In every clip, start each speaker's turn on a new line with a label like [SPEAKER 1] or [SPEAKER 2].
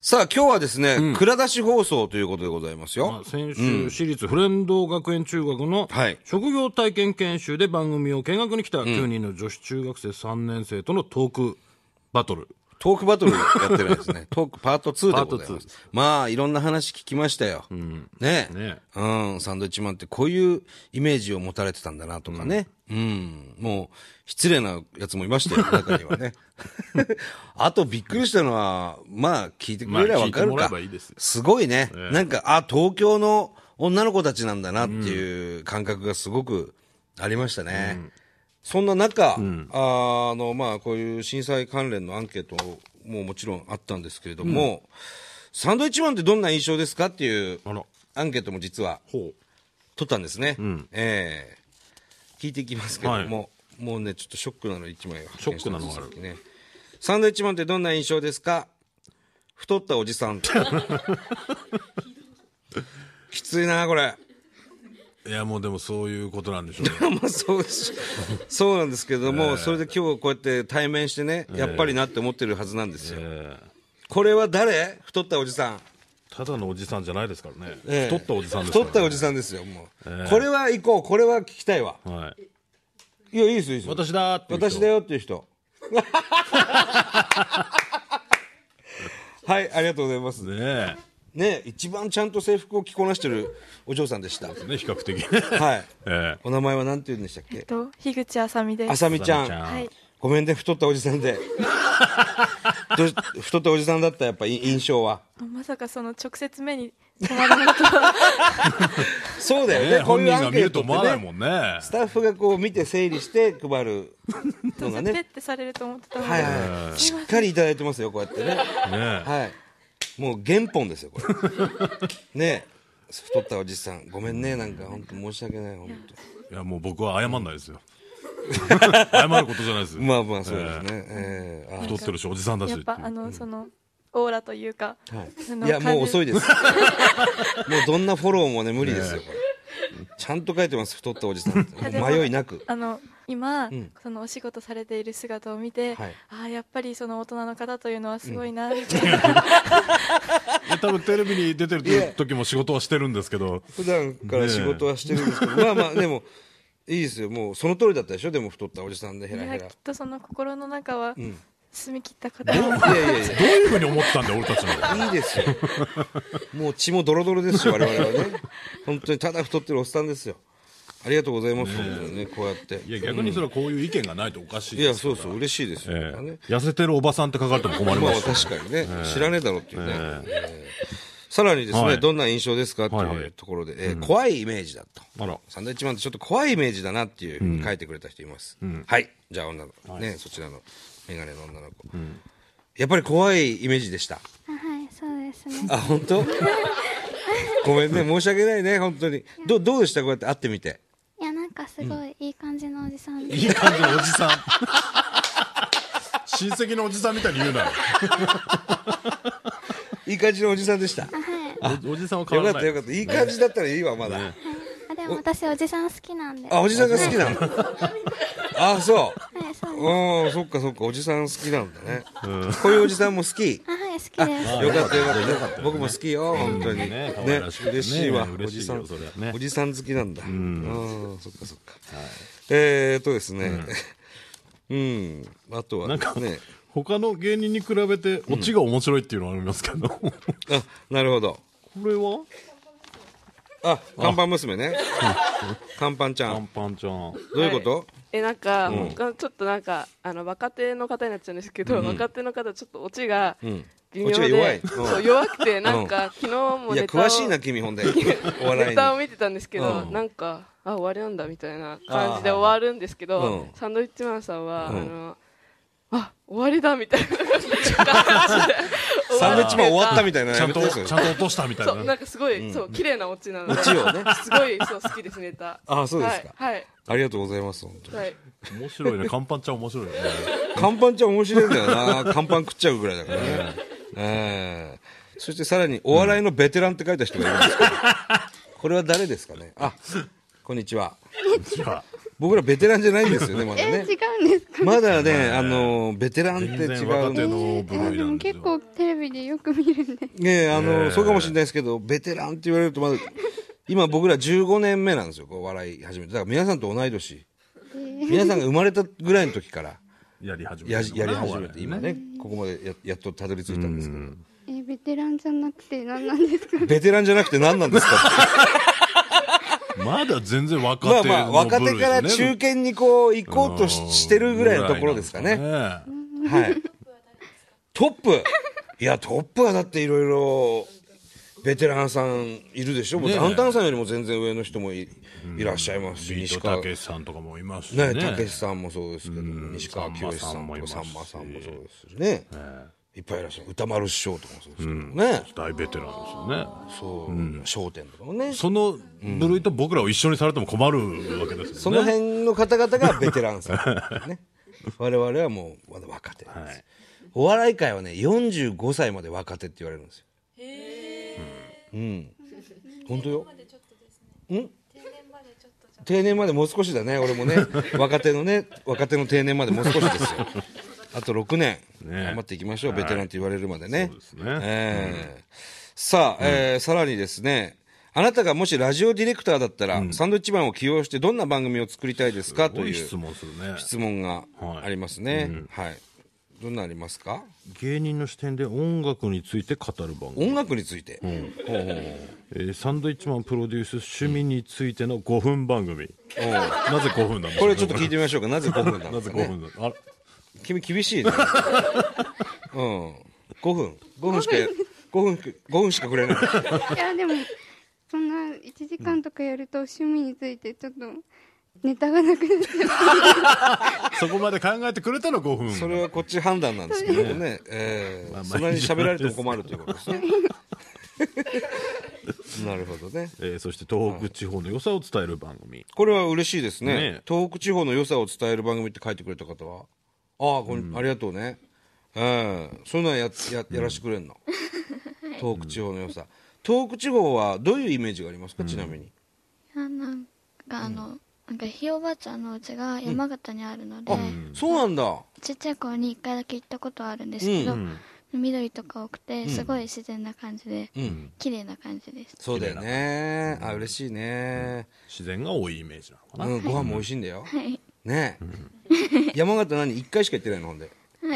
[SPEAKER 1] さあ、今日はですね、蔵出し放送ということでございます
[SPEAKER 2] ま
[SPEAKER 1] よ
[SPEAKER 2] あ。先週、私立フレンド学園中学の
[SPEAKER 1] はい
[SPEAKER 2] 職業体験研修で番組を見学に来た9人の女子中学生3年生とのトークバトル。
[SPEAKER 1] トークバトルやってないです ね。トークパート2でござい
[SPEAKER 2] パー
[SPEAKER 1] ま
[SPEAKER 2] ト
[SPEAKER 1] す。まあ、いろんな話聞きましたよ。ね
[SPEAKER 2] ね
[SPEAKER 1] うん、サンドイッチマンってこういうイメージを持たれてたんだなとかね。うん、もう、失礼なやつもいましたよ、中には ね。 あと、びっくりしたのは、まあ、聞いてくれればわか
[SPEAKER 2] まあ聞いて
[SPEAKER 1] る
[SPEAKER 2] もらえ
[SPEAKER 1] か
[SPEAKER 2] ばいいですよ。
[SPEAKER 1] すごいね。なんか、あ、東京の女の子たちなんだなっていう感覚がすごくありましたね。そんな中、ああの、まあ、こういう震災関連のアンケートももちろんあったんですけれども、サンドイッチマンってどんな印象ですかっていう
[SPEAKER 2] あら、
[SPEAKER 1] アンケートも実は
[SPEAKER 2] ほ
[SPEAKER 1] 取ったんですね。ええ聞いていきますけども、
[SPEAKER 2] はい
[SPEAKER 1] もうね、ちょっとショックなの一枚が
[SPEAKER 2] ショックなのがあ
[SPEAKER 1] 発見
[SPEAKER 2] る
[SPEAKER 1] したんですよさっきね。サンドイッチマンってどんな印象ですか太ったおじ さん。きついな、これ。
[SPEAKER 2] う。いや、もうでもそういうことなんでしょうね。
[SPEAKER 1] まあそうしそうなんですけども、それで今日こうやって対面してね、やっぱりなって思ってるはずなんですよ。
[SPEAKER 2] ええ
[SPEAKER 1] これは誰太ったおじさん。
[SPEAKER 2] ただのおじさんじゃないですからね。
[SPEAKER 1] ええ
[SPEAKER 2] 太ったおじさんですか
[SPEAKER 1] 太
[SPEAKER 2] ら、ね。
[SPEAKER 1] ったおじさんですよ、もう。これは行こう、これは聞きたいわ。
[SPEAKER 2] はい。
[SPEAKER 1] いや、いいですよ、いいですよ。
[SPEAKER 2] 私だーっていう人
[SPEAKER 1] 私だよっていう 人。はい、ありがとうございます。
[SPEAKER 2] ね
[SPEAKER 1] ね、一番ちゃんと制服を着こなしてるお嬢さんでした。
[SPEAKER 2] え。ね、比較的。
[SPEAKER 1] はい。
[SPEAKER 2] ええ。
[SPEAKER 1] お名前は何て言うんでしたっけ
[SPEAKER 3] えっと、樋口あさみです。
[SPEAKER 1] あさみちゃ
[SPEAKER 2] あさみちゃ
[SPEAKER 1] ん。
[SPEAKER 2] ん
[SPEAKER 3] はい。
[SPEAKER 1] ごめんね、太ったおじさん で。どうし太ったおじさんだった、やっぱい印象は。
[SPEAKER 3] あまさかその直接 目に迫られるとは
[SPEAKER 1] そうだよね、
[SPEAKER 2] ねえ
[SPEAKER 1] こう
[SPEAKER 2] 本
[SPEAKER 1] いう
[SPEAKER 2] 人
[SPEAKER 1] ア
[SPEAKER 2] が
[SPEAKER 1] ン
[SPEAKER 2] 見
[SPEAKER 1] ケー
[SPEAKER 2] る
[SPEAKER 1] トっ
[SPEAKER 2] と
[SPEAKER 1] て
[SPEAKER 2] 思わない
[SPEAKER 1] ね。
[SPEAKER 2] もんね。
[SPEAKER 1] スタッフがこう見て整理して配るのが
[SPEAKER 3] ペ
[SPEAKER 1] ね
[SPEAKER 3] ッ。てされると思ってたので、
[SPEAKER 1] はいはい。しっかりいただいてますよ、こうやってね。
[SPEAKER 2] ね
[SPEAKER 1] はい。もう原本ですよ、 これ。ねえ。太ったおじさん、ごめんね、なんか、本当申し訳ない、本
[SPEAKER 2] え。いや、もう僕は謝んないです よ。謝ることじゃないです
[SPEAKER 1] 当。。まあまあ、そうですね。ええ
[SPEAKER 2] 太ってるし、おじさんだし
[SPEAKER 3] や
[SPEAKER 2] っ
[SPEAKER 3] って
[SPEAKER 2] いう。
[SPEAKER 3] ぱあの、そのオーラというか、
[SPEAKER 1] あは
[SPEAKER 3] そ
[SPEAKER 1] い。
[SPEAKER 3] の
[SPEAKER 1] いや、もう遅い
[SPEAKER 3] 感
[SPEAKER 1] です。も うどんなフォローもね、無理ですよ、これ。ちゃんと書いてます、太ったおじさんって。
[SPEAKER 3] じ
[SPEAKER 1] もう迷いなく
[SPEAKER 3] い。あの今、
[SPEAKER 1] ん
[SPEAKER 3] そのお仕事されている姿を見て、
[SPEAKER 1] はい
[SPEAKER 3] ああやっぱりその大人の方というのはすごいなみたいな、
[SPEAKER 2] え多分テレビに出てる時も仕事はしてるんですけど、
[SPEAKER 1] 普段から仕事はしてるんですけど、まあまあ、でも、いいですよ、もうその通りだったでしょ、でも太ったおじさんでヘラ
[SPEAKER 3] い
[SPEAKER 1] ヘ
[SPEAKER 3] や
[SPEAKER 1] ラ
[SPEAKER 3] きっ。とその心の中は澄み切った方、
[SPEAKER 1] いやいやいや
[SPEAKER 2] どういうふうに思ったんだよ、俺たちの。
[SPEAKER 1] いいですよ。もう血もドロドロですよ、我々はね。本当にただ太ってるおっさんですよ。ありがとうございます、本当にね、こうやって。
[SPEAKER 2] いや、逆にそれはこういう意見がないとおかしい
[SPEAKER 1] い
[SPEAKER 2] で
[SPEAKER 1] や、
[SPEAKER 2] す
[SPEAKER 1] そうそう、嬉しいですよ。
[SPEAKER 2] ええ
[SPEAKER 1] ね
[SPEAKER 2] 痩せてるおばさんって書かれても困り
[SPEAKER 1] ま
[SPEAKER 2] ま
[SPEAKER 1] あ、
[SPEAKER 2] す。
[SPEAKER 1] 確かにね、知らねえだろっていうね。ええさらにですね、
[SPEAKER 2] はい
[SPEAKER 1] どんな印象ですかって
[SPEAKER 2] はい
[SPEAKER 1] い
[SPEAKER 2] は
[SPEAKER 1] う
[SPEAKER 2] い
[SPEAKER 1] ところで、ええ怖いイメージだと。
[SPEAKER 2] あら、
[SPEAKER 1] サンドイッチマンってちょっと怖いイメージだなっていうふうに書いてくれた人います。はい。じゃあ女の子、ね、そちらのメガネの女の子。やっぱり怖いイメージでした。
[SPEAKER 4] あはい、そうです ね。
[SPEAKER 1] あ、本当ごめんね、申し訳ないね、本当に。どうどうでしたこうやって会ってみて。
[SPEAKER 4] いや、なんかすごいいい感じのおじさんで、
[SPEAKER 2] いい感じのおじさん。 親戚のおじさんみたいに言うなよ。
[SPEAKER 1] いい感じのおじさんでした。よ
[SPEAKER 2] おおじさんは変わ
[SPEAKER 1] からった
[SPEAKER 2] な
[SPEAKER 1] よ
[SPEAKER 2] い。
[SPEAKER 1] かった。いい感じだったらいいわ、まだ。
[SPEAKER 4] あ、でも私おじさん好きなんで。
[SPEAKER 1] あ、
[SPEAKER 4] は
[SPEAKER 1] おじさんが好きなの。あ、そう。
[SPEAKER 4] い、そうです。
[SPEAKER 1] ああ、そっかそっか、おじさん好きなんだね。こういうおじさんも好き。
[SPEAKER 4] あ、はい、好きです。
[SPEAKER 1] よかったよかった僕も好きよ、本当に。
[SPEAKER 2] ね
[SPEAKER 1] ね
[SPEAKER 2] 可愛らしくてね
[SPEAKER 1] 嬉しいわ、お
[SPEAKER 2] 嬉し
[SPEAKER 1] じ
[SPEAKER 2] い
[SPEAKER 1] さ
[SPEAKER 2] よ
[SPEAKER 1] ん
[SPEAKER 2] そりゃね。
[SPEAKER 1] おじさん好きなんだ。ああ、そっかそっか。えーっとですね。 うん。あとは
[SPEAKER 2] なんか
[SPEAKER 1] ね。
[SPEAKER 2] 他の芸人に比べて、オチが面白いっていうのはありますけど。こ
[SPEAKER 1] あ、なるほど。
[SPEAKER 2] れは
[SPEAKER 1] あ、看板娘ね。看板ちゃ
[SPEAKER 2] パン
[SPEAKER 1] ん。
[SPEAKER 2] パンちゃん。
[SPEAKER 1] どういうこと
[SPEAKER 5] えなんか、他ちょっとなんかあの若手の方になっちゃうんですけど、若手の方ちょっとオチが
[SPEAKER 1] ん
[SPEAKER 5] 微妙
[SPEAKER 1] オチが
[SPEAKER 5] で、
[SPEAKER 1] 弱いうん
[SPEAKER 5] そう弱くてなんか、昨日も
[SPEAKER 1] いや、
[SPEAKER 5] ネタを
[SPEAKER 1] 詳しいな、君、ほんで。 お笑
[SPEAKER 5] ネ
[SPEAKER 1] い
[SPEAKER 5] タ
[SPEAKER 1] に。
[SPEAKER 5] を見てたんですけど、
[SPEAKER 1] うん
[SPEAKER 5] なんかあ終わりなんだみたいな感じで終わるんですけ
[SPEAKER 1] はいはい
[SPEAKER 5] ど、
[SPEAKER 1] うん
[SPEAKER 5] サンドウィッチマンさんは、
[SPEAKER 1] うん
[SPEAKER 5] あのあ終わりだみたいな感 じで
[SPEAKER 1] サンドイッチマン終わったみたいな。
[SPEAKER 2] ちゃんと、
[SPEAKER 1] やめ
[SPEAKER 2] ち
[SPEAKER 1] て
[SPEAKER 2] ゃ
[SPEAKER 1] くださ
[SPEAKER 2] んと
[SPEAKER 1] い
[SPEAKER 2] 落としたみたい
[SPEAKER 5] そうな
[SPEAKER 2] な。
[SPEAKER 5] んかすごい、そう綺麗なオチなので
[SPEAKER 1] オチをね
[SPEAKER 5] すごいそう好きですネタ
[SPEAKER 1] あそうですか
[SPEAKER 5] はい
[SPEAKER 1] ありがとうございます、本当に。
[SPEAKER 5] はい、はい
[SPEAKER 2] 面白いね。カンパンちゃん面白いね。
[SPEAKER 1] 看板ちゃん面白いんだよな。看板食っちゃうぐらいだからね。ええそしてさらに、お笑いのベテランって書いた人がいるんですけど。これは誰ですかねあ、こんにちは。
[SPEAKER 2] じゃあ、
[SPEAKER 1] 僕らベテランじゃないんですよね、まだ
[SPEAKER 6] え
[SPEAKER 1] ね
[SPEAKER 6] ー。違うんですか
[SPEAKER 1] まだね、あの、ベテランって違
[SPEAKER 6] え
[SPEAKER 1] う。
[SPEAKER 6] ー、えーでも結構テレビでよく見るんで
[SPEAKER 1] ねえ、あの、そうかもしれないですけど、ベテランって言われるとまだ、今僕ら15年目なんですよ、こう笑い始めて。だから皆さんと同い年。皆さんが生まれたぐらいの時から
[SPEAKER 2] やり始め
[SPEAKER 1] ややり始め
[SPEAKER 2] て
[SPEAKER 1] て、今ね、ここまでややっとたどり着いたんですけど。
[SPEAKER 6] えー、ベテランじゃなくて何なんですか
[SPEAKER 1] ベテランじゃなくて何なんですかって
[SPEAKER 7] まだ全然 若
[SPEAKER 1] まあ
[SPEAKER 7] 手
[SPEAKER 1] まあ、
[SPEAKER 7] の
[SPEAKER 1] 若
[SPEAKER 7] 部
[SPEAKER 1] 手
[SPEAKER 7] 類
[SPEAKER 1] から
[SPEAKER 7] ね
[SPEAKER 1] 中堅にこう、行こうとし
[SPEAKER 7] うん
[SPEAKER 1] してるぐらいのところですか
[SPEAKER 7] ぐ
[SPEAKER 1] ね。
[SPEAKER 7] らいなんですかね
[SPEAKER 1] はい。トップいや、トップはだっていろいろ、ベテランさんいるでしょもう
[SPEAKER 7] ねえ
[SPEAKER 1] ダウンタウンさんよりも全然上の人もいいらっしゃいますし、
[SPEAKER 7] ビー
[SPEAKER 1] 西
[SPEAKER 7] ト
[SPEAKER 1] 川
[SPEAKER 7] た。けしさんとかもいますしね
[SPEAKER 1] ね、たけしさんもそうですけど、西川きよしさんとか、さ
[SPEAKER 7] さ
[SPEAKER 1] ん
[SPEAKER 7] ん
[SPEAKER 1] ま
[SPEAKER 7] ま
[SPEAKER 1] さ
[SPEAKER 7] さ
[SPEAKER 1] ん
[SPEAKER 7] ん
[SPEAKER 1] も
[SPEAKER 7] もいますし
[SPEAKER 1] そうですしね。いっぱいいらっしゃる。歌丸師匠とかもそうですけどね。
[SPEAKER 7] 大ベテランですよね
[SPEAKER 1] そう、笑点とかもね。
[SPEAKER 7] その部類と僕らを一緒にされても困るわけですよね
[SPEAKER 1] その辺の方々がベテランさん。 ね。我々はもう、まだ若手です、お笑い界はね、45歳まで若手って言われるんですよ。へうん。本当よ。うん定年までもう少しだね。俺もね、若手のね、若手の定年までもう少しですよ。あと6年、
[SPEAKER 7] ね
[SPEAKER 1] 頑張っていきましょう。ベテランって言われるまでね。
[SPEAKER 7] そうですね
[SPEAKER 1] ええさあ、えーさらにですね、あなたがもしラジオディレクターだったら、サンドイッチマンを起用してどんな番組を作りたいですか
[SPEAKER 7] す
[SPEAKER 1] と
[SPEAKER 7] ご
[SPEAKER 1] いう
[SPEAKER 7] い質問するね
[SPEAKER 1] 質問がありますね。はい。どんなありますか
[SPEAKER 7] 芸人の視点で音楽について語る番組、
[SPEAKER 1] 音楽について。ほうほうほう
[SPEAKER 7] えーサンドイッチマンプロデュース趣味についての5分番組
[SPEAKER 1] おう
[SPEAKER 7] なぜ5分なんでしょう
[SPEAKER 1] これちょっと聞いてみましょうか。なぜ5分な
[SPEAKER 7] な
[SPEAKER 1] の
[SPEAKER 7] ぜ
[SPEAKER 1] か
[SPEAKER 7] 5
[SPEAKER 1] ね。
[SPEAKER 7] 分なんあら
[SPEAKER 1] 君厳しい ね。うん。5分。5分しか、5分、5分しかくれない。
[SPEAKER 6] いやでもそんな1時間とかやると趣味についてちょっとネタがなくなっちゃう
[SPEAKER 7] そこまで考えてくれたら5分
[SPEAKER 1] それはこっち判断なんですけどね。え
[SPEAKER 7] ま
[SPEAKER 1] ー、
[SPEAKER 7] あまあ
[SPEAKER 1] そんなに喋られても困るということ ですね。なるほどね。
[SPEAKER 7] えーそして東北地方の良さを伝える番組、
[SPEAKER 1] これは嬉しいですね
[SPEAKER 7] ね
[SPEAKER 1] 東北地方の良さを伝える番組って書いてくれた方はああこん、ありがとうねうんそういうのはやややらしてくれん の、東北地方の良さ東北地方はどういうイメージがありますか、ちなみに
[SPEAKER 4] あなんかあの、なんかひいおばあちゃんの家が山形にあるので、
[SPEAKER 1] あ、そうなんだ
[SPEAKER 4] ちっちゃい頃に一回だけ行ったことはあるんですけど、
[SPEAKER 1] う
[SPEAKER 4] 緑とか多くてすごい自然な感じで、
[SPEAKER 1] うん
[SPEAKER 4] 綺麗な感じです
[SPEAKER 1] そうだよねあ嬉しいね、
[SPEAKER 7] 自然が多いイメージなのかな、
[SPEAKER 1] うんご飯も美味しいんだよ、
[SPEAKER 4] はい
[SPEAKER 1] ねえ山形何1回しか行ってないのほんで、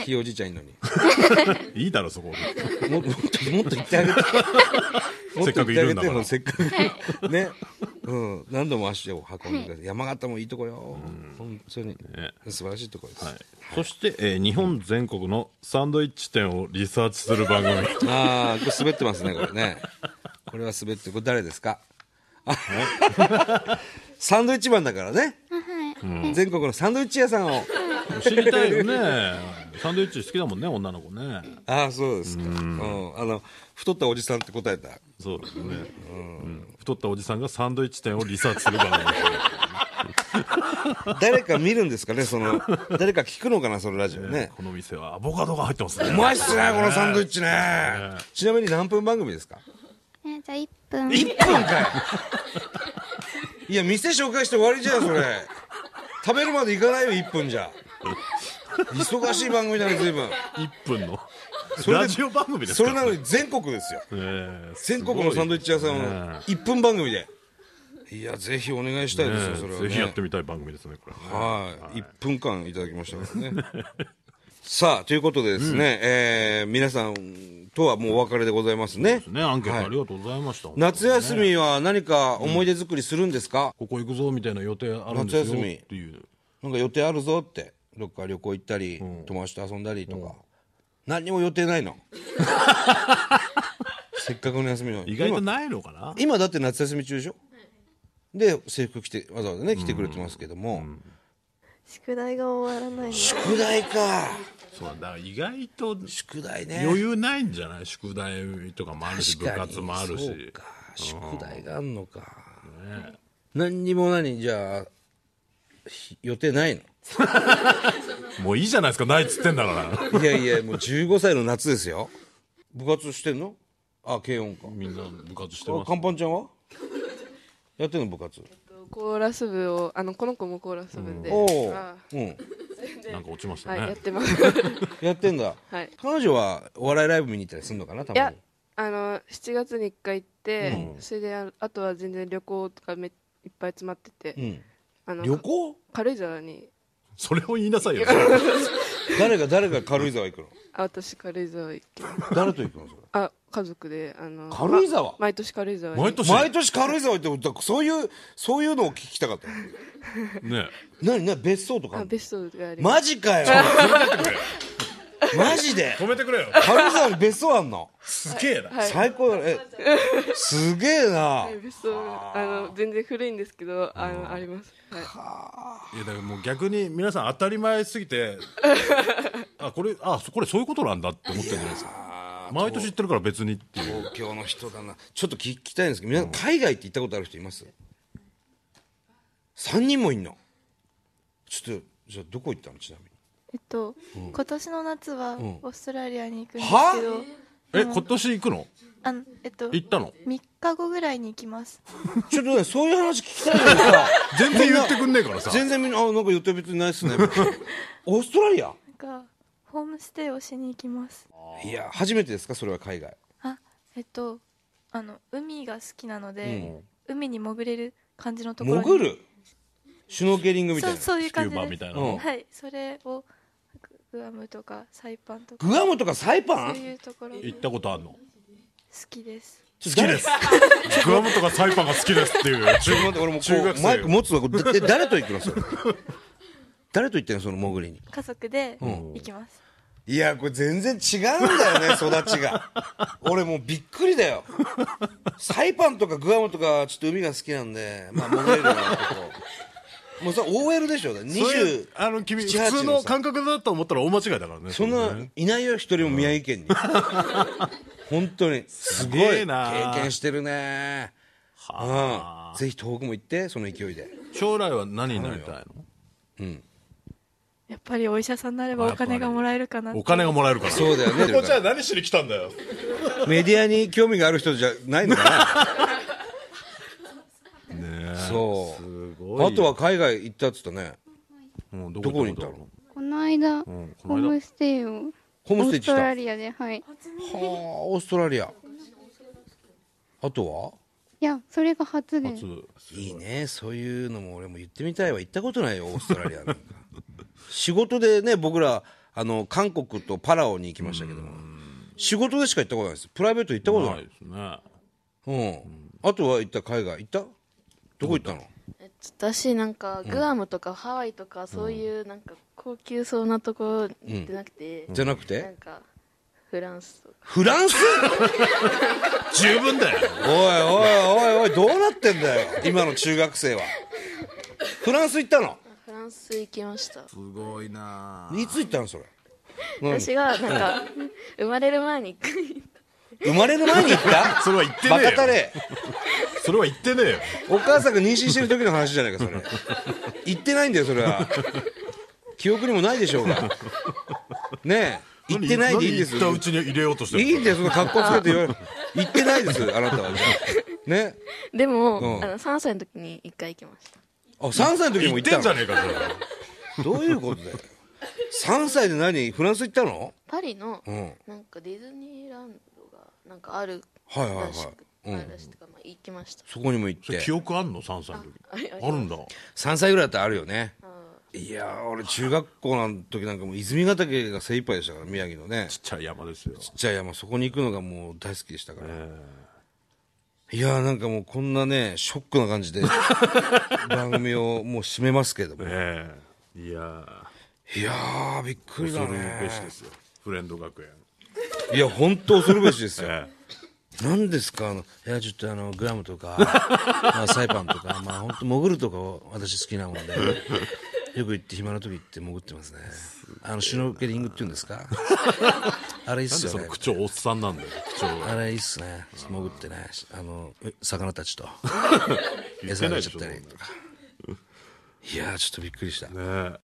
[SPEAKER 1] ひいおじいちゃんいんのに
[SPEAKER 7] いいだろそこ
[SPEAKER 1] ももっともっと言ってあ げてもっと
[SPEAKER 7] せっかくい
[SPEAKER 1] 言ってあげ
[SPEAKER 7] るんだ
[SPEAKER 1] て
[SPEAKER 7] から
[SPEAKER 1] よせっかくね、うん、何度も足を運んでください山形もいいとこよ、本当に、素晴らしいとこです、
[SPEAKER 7] はい、そして、えー日本全国のサンドイッチ店をリサーチする 番組
[SPEAKER 1] ああこれ滑ってますねこれねこれは滑ってるこれ誰ですかあ サンドイッチマンだからね、全国のサンドイッチ屋さんを
[SPEAKER 7] 知りたいよねサンドイッチ好きだもんね女の子ね
[SPEAKER 1] ああそうですか、うんあの太ったおじさんって答えた
[SPEAKER 7] そうですね、うん太ったおじさんがサンドイッチ店をリサーチする番組
[SPEAKER 1] 誰か見るんですかねその誰か聞くのかなそのラジオね
[SPEAKER 7] この店はアボカドが入ってますね
[SPEAKER 1] うまいっすね、このサンドイッチね。ちなみに何分番組ですか
[SPEAKER 4] えーじゃあ1分
[SPEAKER 1] ?1 分かい。いや、店紹介して終わりじゃん、それ。食べるまで行かないよ、1分じゃ。忙しい番組だね、随分。
[SPEAKER 7] 1分の
[SPEAKER 1] それで
[SPEAKER 7] ラジオ番組です
[SPEAKER 1] そ
[SPEAKER 7] か
[SPEAKER 1] れなのに全国ですよ。
[SPEAKER 7] えーす
[SPEAKER 1] 全
[SPEAKER 7] ごい
[SPEAKER 1] 国のサンドイッチ屋さんを
[SPEAKER 7] ね
[SPEAKER 1] 1分番組で。いや、ぜひお願いしたいですよ、それは、ね。
[SPEAKER 7] ぜひやってみたい番組ですねこれ
[SPEAKER 1] はい、1分間いただきましたからね。 さあ、ということでですね、えー皆さんとはもうお別れでございますね。
[SPEAKER 7] ねアンケー
[SPEAKER 1] はい
[SPEAKER 7] トありがとうございました、
[SPEAKER 1] 夏休みは何か思い出作りするんですか、
[SPEAKER 7] ここ行くぞみたいな予定あるんです
[SPEAKER 1] 夏休
[SPEAKER 7] よ
[SPEAKER 1] み
[SPEAKER 7] っていう
[SPEAKER 1] なんか予定あるぞってどっか旅行行ったり、友達と遊んだりとか、何にも予定ない のせっかくの休みの
[SPEAKER 7] 意外と
[SPEAKER 1] 今
[SPEAKER 7] ないのかな
[SPEAKER 1] 今だって夏休み中でしょで制服着てわざわざね来てくれてますけども、
[SPEAKER 5] 宿題が終わらないの
[SPEAKER 1] 宿題か
[SPEAKER 7] そうだだから意外と
[SPEAKER 1] 宿題ね
[SPEAKER 7] 余裕ないんじゃない宿題とかもあるし部
[SPEAKER 1] 確かに
[SPEAKER 7] 活もある
[SPEAKER 1] そ
[SPEAKER 7] し
[SPEAKER 1] うか宿題があんのか、何にも何じゃあひ予定ないの
[SPEAKER 7] もういいじゃないですかないっつってん だから
[SPEAKER 1] いやいや、もう15歳の夏ですよ。部活してんのあ、軽音か。
[SPEAKER 7] みんな部活して
[SPEAKER 1] あ、
[SPEAKER 7] ます
[SPEAKER 1] カンパンちゃんはやってんの部活。
[SPEAKER 5] コーラス部をあのこの子もコーラス部で、
[SPEAKER 7] うん
[SPEAKER 1] おー
[SPEAKER 5] あ
[SPEAKER 1] うん。
[SPEAKER 5] で
[SPEAKER 7] なんか落ちました
[SPEAKER 5] はい、やっ
[SPEAKER 7] ね。
[SPEAKER 5] てます
[SPEAKER 1] やってんだ。
[SPEAKER 5] はい
[SPEAKER 1] 彼女はお笑いライブ見に行ったりするのかな、たま
[SPEAKER 5] いや
[SPEAKER 1] に。
[SPEAKER 5] あの7月に1回行って、
[SPEAKER 1] うん
[SPEAKER 5] それでああとは全然旅行とかめいっぱい詰まってて、
[SPEAKER 1] うん。
[SPEAKER 5] あの
[SPEAKER 1] 旅行
[SPEAKER 5] 軽井沢に
[SPEAKER 7] それを言いなさいよ。
[SPEAKER 1] 誰が誰が軽井沢行くの
[SPEAKER 5] あ私軽井沢行き
[SPEAKER 1] 誰と行くのそれ
[SPEAKER 5] あ家族であの
[SPEAKER 1] 軽井沢
[SPEAKER 5] ま毎年軽井沢に
[SPEAKER 7] 毎年。
[SPEAKER 1] 毎年軽井沢行ってそういうそういうのを聞きたかった
[SPEAKER 7] ね。
[SPEAKER 1] 何何別荘とかあ
[SPEAKER 5] あ
[SPEAKER 1] んの
[SPEAKER 5] ベストがあります
[SPEAKER 1] マジかよマジで
[SPEAKER 7] 止めてくれよ。
[SPEAKER 1] 軽井沢に別荘あんの
[SPEAKER 7] すげえな。
[SPEAKER 5] はい
[SPEAKER 1] 最高だねえすげえな
[SPEAKER 5] はいベストあの全然古いんですけどあのあります、はい
[SPEAKER 7] やだからもう逆に皆さん当たり前すぎ て、あこれあこれそういうことなんだって思ってるんじゃないですか。
[SPEAKER 1] あー
[SPEAKER 7] 毎年言ってるから別にっていう。
[SPEAKER 1] 東京の人だなちょっと聞きたいんですけど皆さん海外って行ったことある人います ?3 人もいんのちょっとじゃあどこ行ったのちなみに
[SPEAKER 3] えっと、今年の夏はオ
[SPEAKER 1] ん
[SPEAKER 3] ーストラリアに行くんです
[SPEAKER 1] は
[SPEAKER 3] けど、
[SPEAKER 7] え今年行くの？
[SPEAKER 3] あのえっと
[SPEAKER 7] 行ったの？
[SPEAKER 3] 3日後ぐらいに行きます
[SPEAKER 1] ちょっとねそういう話聞きたいんだけどさ
[SPEAKER 7] 全然言ってくんねえからさ。
[SPEAKER 1] 全然みんなあなんか予定別にないっ すねオーストラリア
[SPEAKER 3] なんかホームステイをしに行きます
[SPEAKER 1] いや初めてですかそれは海外
[SPEAKER 3] あえっとあの海が好きなので
[SPEAKER 1] う、
[SPEAKER 3] 海に潜れる感じのところに
[SPEAKER 1] 潜るシュノーケリングみたい
[SPEAKER 3] そう
[SPEAKER 1] な
[SPEAKER 3] そういう
[SPEAKER 7] キュ
[SPEAKER 3] 感
[SPEAKER 7] ー
[SPEAKER 3] じ
[SPEAKER 7] バ
[SPEAKER 3] です
[SPEAKER 7] みたいな。
[SPEAKER 1] うん
[SPEAKER 3] はいそれをグアムとかサイパンとか
[SPEAKER 1] グアムとかサイパ
[SPEAKER 3] そう
[SPEAKER 1] ン
[SPEAKER 3] いうところ好
[SPEAKER 7] 行ったことあるの？
[SPEAKER 3] きです
[SPEAKER 1] 好き
[SPEAKER 7] ですグアムとかサイパンが好きですっていう。
[SPEAKER 1] ちょっと待って俺もこ
[SPEAKER 7] 中学
[SPEAKER 1] う
[SPEAKER 7] 生
[SPEAKER 1] マイク持つわこれでで誰と行くのそれ誰と行ってんのその潜りに
[SPEAKER 3] 家族で
[SPEAKER 1] ん
[SPEAKER 3] 行きます、
[SPEAKER 1] いやこれ全然違うんだよね育ちが俺もうびっくりだよサイパンとかグアムとかちょっと海が好きなんでまあ潜れるようなとこもうさ OL でしょ
[SPEAKER 7] そうい
[SPEAKER 1] 20
[SPEAKER 7] うあの君
[SPEAKER 1] 7
[SPEAKER 7] 普通
[SPEAKER 1] の
[SPEAKER 7] の
[SPEAKER 1] さ
[SPEAKER 7] 感覚だと思ったら大間違いだからね
[SPEAKER 1] そん
[SPEAKER 7] れ
[SPEAKER 1] な
[SPEAKER 7] ね、
[SPEAKER 1] いないよ、一人も宮城県に。本当に。すごい。
[SPEAKER 7] すげ
[SPEAKER 1] 経
[SPEAKER 7] えな
[SPEAKER 1] 験してるね。
[SPEAKER 7] はあ
[SPEAKER 1] うんぜひ東北も行って、その勢いで。
[SPEAKER 7] 将来は何になりたい
[SPEAKER 1] うん。
[SPEAKER 3] やっぱりお医者さんになれば
[SPEAKER 7] あや
[SPEAKER 3] お
[SPEAKER 7] っぱり
[SPEAKER 3] 金がもらえるかなって
[SPEAKER 7] のお金がもらえるから
[SPEAKER 1] そうだよね。
[SPEAKER 7] こっちは何しに来たんだよ
[SPEAKER 1] メディアに興味がある人じゃないのか
[SPEAKER 7] ねえ
[SPEAKER 1] な。そう。
[SPEAKER 7] すご
[SPEAKER 1] あ
[SPEAKER 7] い
[SPEAKER 1] とは海外行ったっつったね。
[SPEAKER 7] うんど
[SPEAKER 1] どこに行った
[SPEAKER 7] こ
[SPEAKER 1] の
[SPEAKER 6] この間、
[SPEAKER 7] うんこ
[SPEAKER 6] ホー
[SPEAKER 7] の間
[SPEAKER 6] ムステイを
[SPEAKER 1] ホーム
[SPEAKER 6] オ
[SPEAKER 1] ステ
[SPEAKER 6] ー
[SPEAKER 1] イ
[SPEAKER 6] ス
[SPEAKER 1] した。
[SPEAKER 6] ト
[SPEAKER 1] は
[SPEAKER 6] ラ
[SPEAKER 1] あ、
[SPEAKER 6] リアではい
[SPEAKER 1] オーストラリア。あとはい
[SPEAKER 6] やそれが初で
[SPEAKER 7] 初
[SPEAKER 1] いいね。そういうのも俺も言ってみたいわ。行ったことないよ、オーストラリ アなんか。仕事でね、僕ら、あの、韓国とパラオに行きましたけども。仕事でしか行ったことないです。プライベート行ったことな
[SPEAKER 7] ない
[SPEAKER 1] い。
[SPEAKER 7] ですね
[SPEAKER 1] うん。あとは行った海外行ったどこ行ったの
[SPEAKER 8] えちょっと私なんかグアムとかハワイとかそういうなんか高級そうなところに行ってなくて、
[SPEAKER 1] じゃなく
[SPEAKER 8] なん
[SPEAKER 1] て
[SPEAKER 8] かフランスとか
[SPEAKER 1] フランス
[SPEAKER 7] 十分だよ
[SPEAKER 1] おいおいおいおい、どうなってんだよ。今の中学生は。フランス行ったの
[SPEAKER 8] フランス行きました
[SPEAKER 2] すごいない
[SPEAKER 1] つ行ったのそれ。何
[SPEAKER 8] 私がなんか 生まれる前に一回
[SPEAKER 1] 生まれる前に行った
[SPEAKER 7] それは言ってね
[SPEAKER 1] バ
[SPEAKER 7] えよ
[SPEAKER 1] カタレ。
[SPEAKER 7] それは言ってねえよ
[SPEAKER 1] お母さんが妊娠してる時の話じゃないかそれ言ってないんだよそれは記憶にもないでしょうがねえ言ってないでいいです
[SPEAKER 7] 何言ったうちに入れようとして
[SPEAKER 1] い
[SPEAKER 7] る
[SPEAKER 1] いんだよその格好つけて言われ言ってないですあなたはね
[SPEAKER 8] でも、
[SPEAKER 1] うん
[SPEAKER 8] あの3歳の時に一回行きました
[SPEAKER 1] あ3歳の時に
[SPEAKER 7] 言
[SPEAKER 1] も
[SPEAKER 7] っ
[SPEAKER 1] 行ってた
[SPEAKER 7] ん
[SPEAKER 1] の
[SPEAKER 7] じゃねえかそれ
[SPEAKER 1] どういうことだよ3歳で何フランス行ったの
[SPEAKER 8] パリの
[SPEAKER 1] うんはい
[SPEAKER 8] なんかディズニーランドがなんかある
[SPEAKER 1] はいは
[SPEAKER 8] ら
[SPEAKER 1] い
[SPEAKER 8] しく、
[SPEAKER 1] うん
[SPEAKER 8] あるらしくてか、まあ、行きました
[SPEAKER 1] そこにも行っ
[SPEAKER 7] それ
[SPEAKER 1] て
[SPEAKER 7] 記憶あんの三歳の時
[SPEAKER 8] あ
[SPEAKER 7] あるんだ
[SPEAKER 1] 3歳ぐらいだったらあるよね
[SPEAKER 8] あ
[SPEAKER 1] いやー俺中学校の時なんかもう泉ヶ岳が精一杯でしたから宮城のね
[SPEAKER 7] ちっちゃい山ですよ
[SPEAKER 1] ちっちゃい山そこに行くのがもう大好きでしたから、
[SPEAKER 7] え
[SPEAKER 1] いやーなんかもうこんなね、ショックな感じ で、番組をもう締めますけども。
[SPEAKER 7] ええいやー
[SPEAKER 1] いやー、びっくりだ
[SPEAKER 7] 恐るべしで
[SPEAKER 1] ね。
[SPEAKER 7] すよフレンド学園
[SPEAKER 1] いや、本当恐るべしですよ。
[SPEAKER 7] え
[SPEAKER 1] 何ですかあの、いや、ちょっとあの、グラムと か、まあ、サイパンとか、まあ、本当潜るとか、私好きなもんで、よく行って、暇な時行って潜ってますね。あの、シュノーケリングっていうんです かあれいいっ
[SPEAKER 7] なん
[SPEAKER 1] す
[SPEAKER 7] で
[SPEAKER 1] よ
[SPEAKER 7] その
[SPEAKER 1] ね。
[SPEAKER 7] 口調おっさんなんだよ口調
[SPEAKER 1] あれいいっすね。潜ってね、あの、魚たちと、
[SPEAKER 7] 言っ
[SPEAKER 1] 餌
[SPEAKER 7] て
[SPEAKER 1] あ
[SPEAKER 7] ない
[SPEAKER 1] げ
[SPEAKER 7] で
[SPEAKER 1] ち
[SPEAKER 7] し
[SPEAKER 1] ゃ
[SPEAKER 7] ょ
[SPEAKER 1] ったりとか。いやー、ちょっとびっくりした。
[SPEAKER 7] ねえ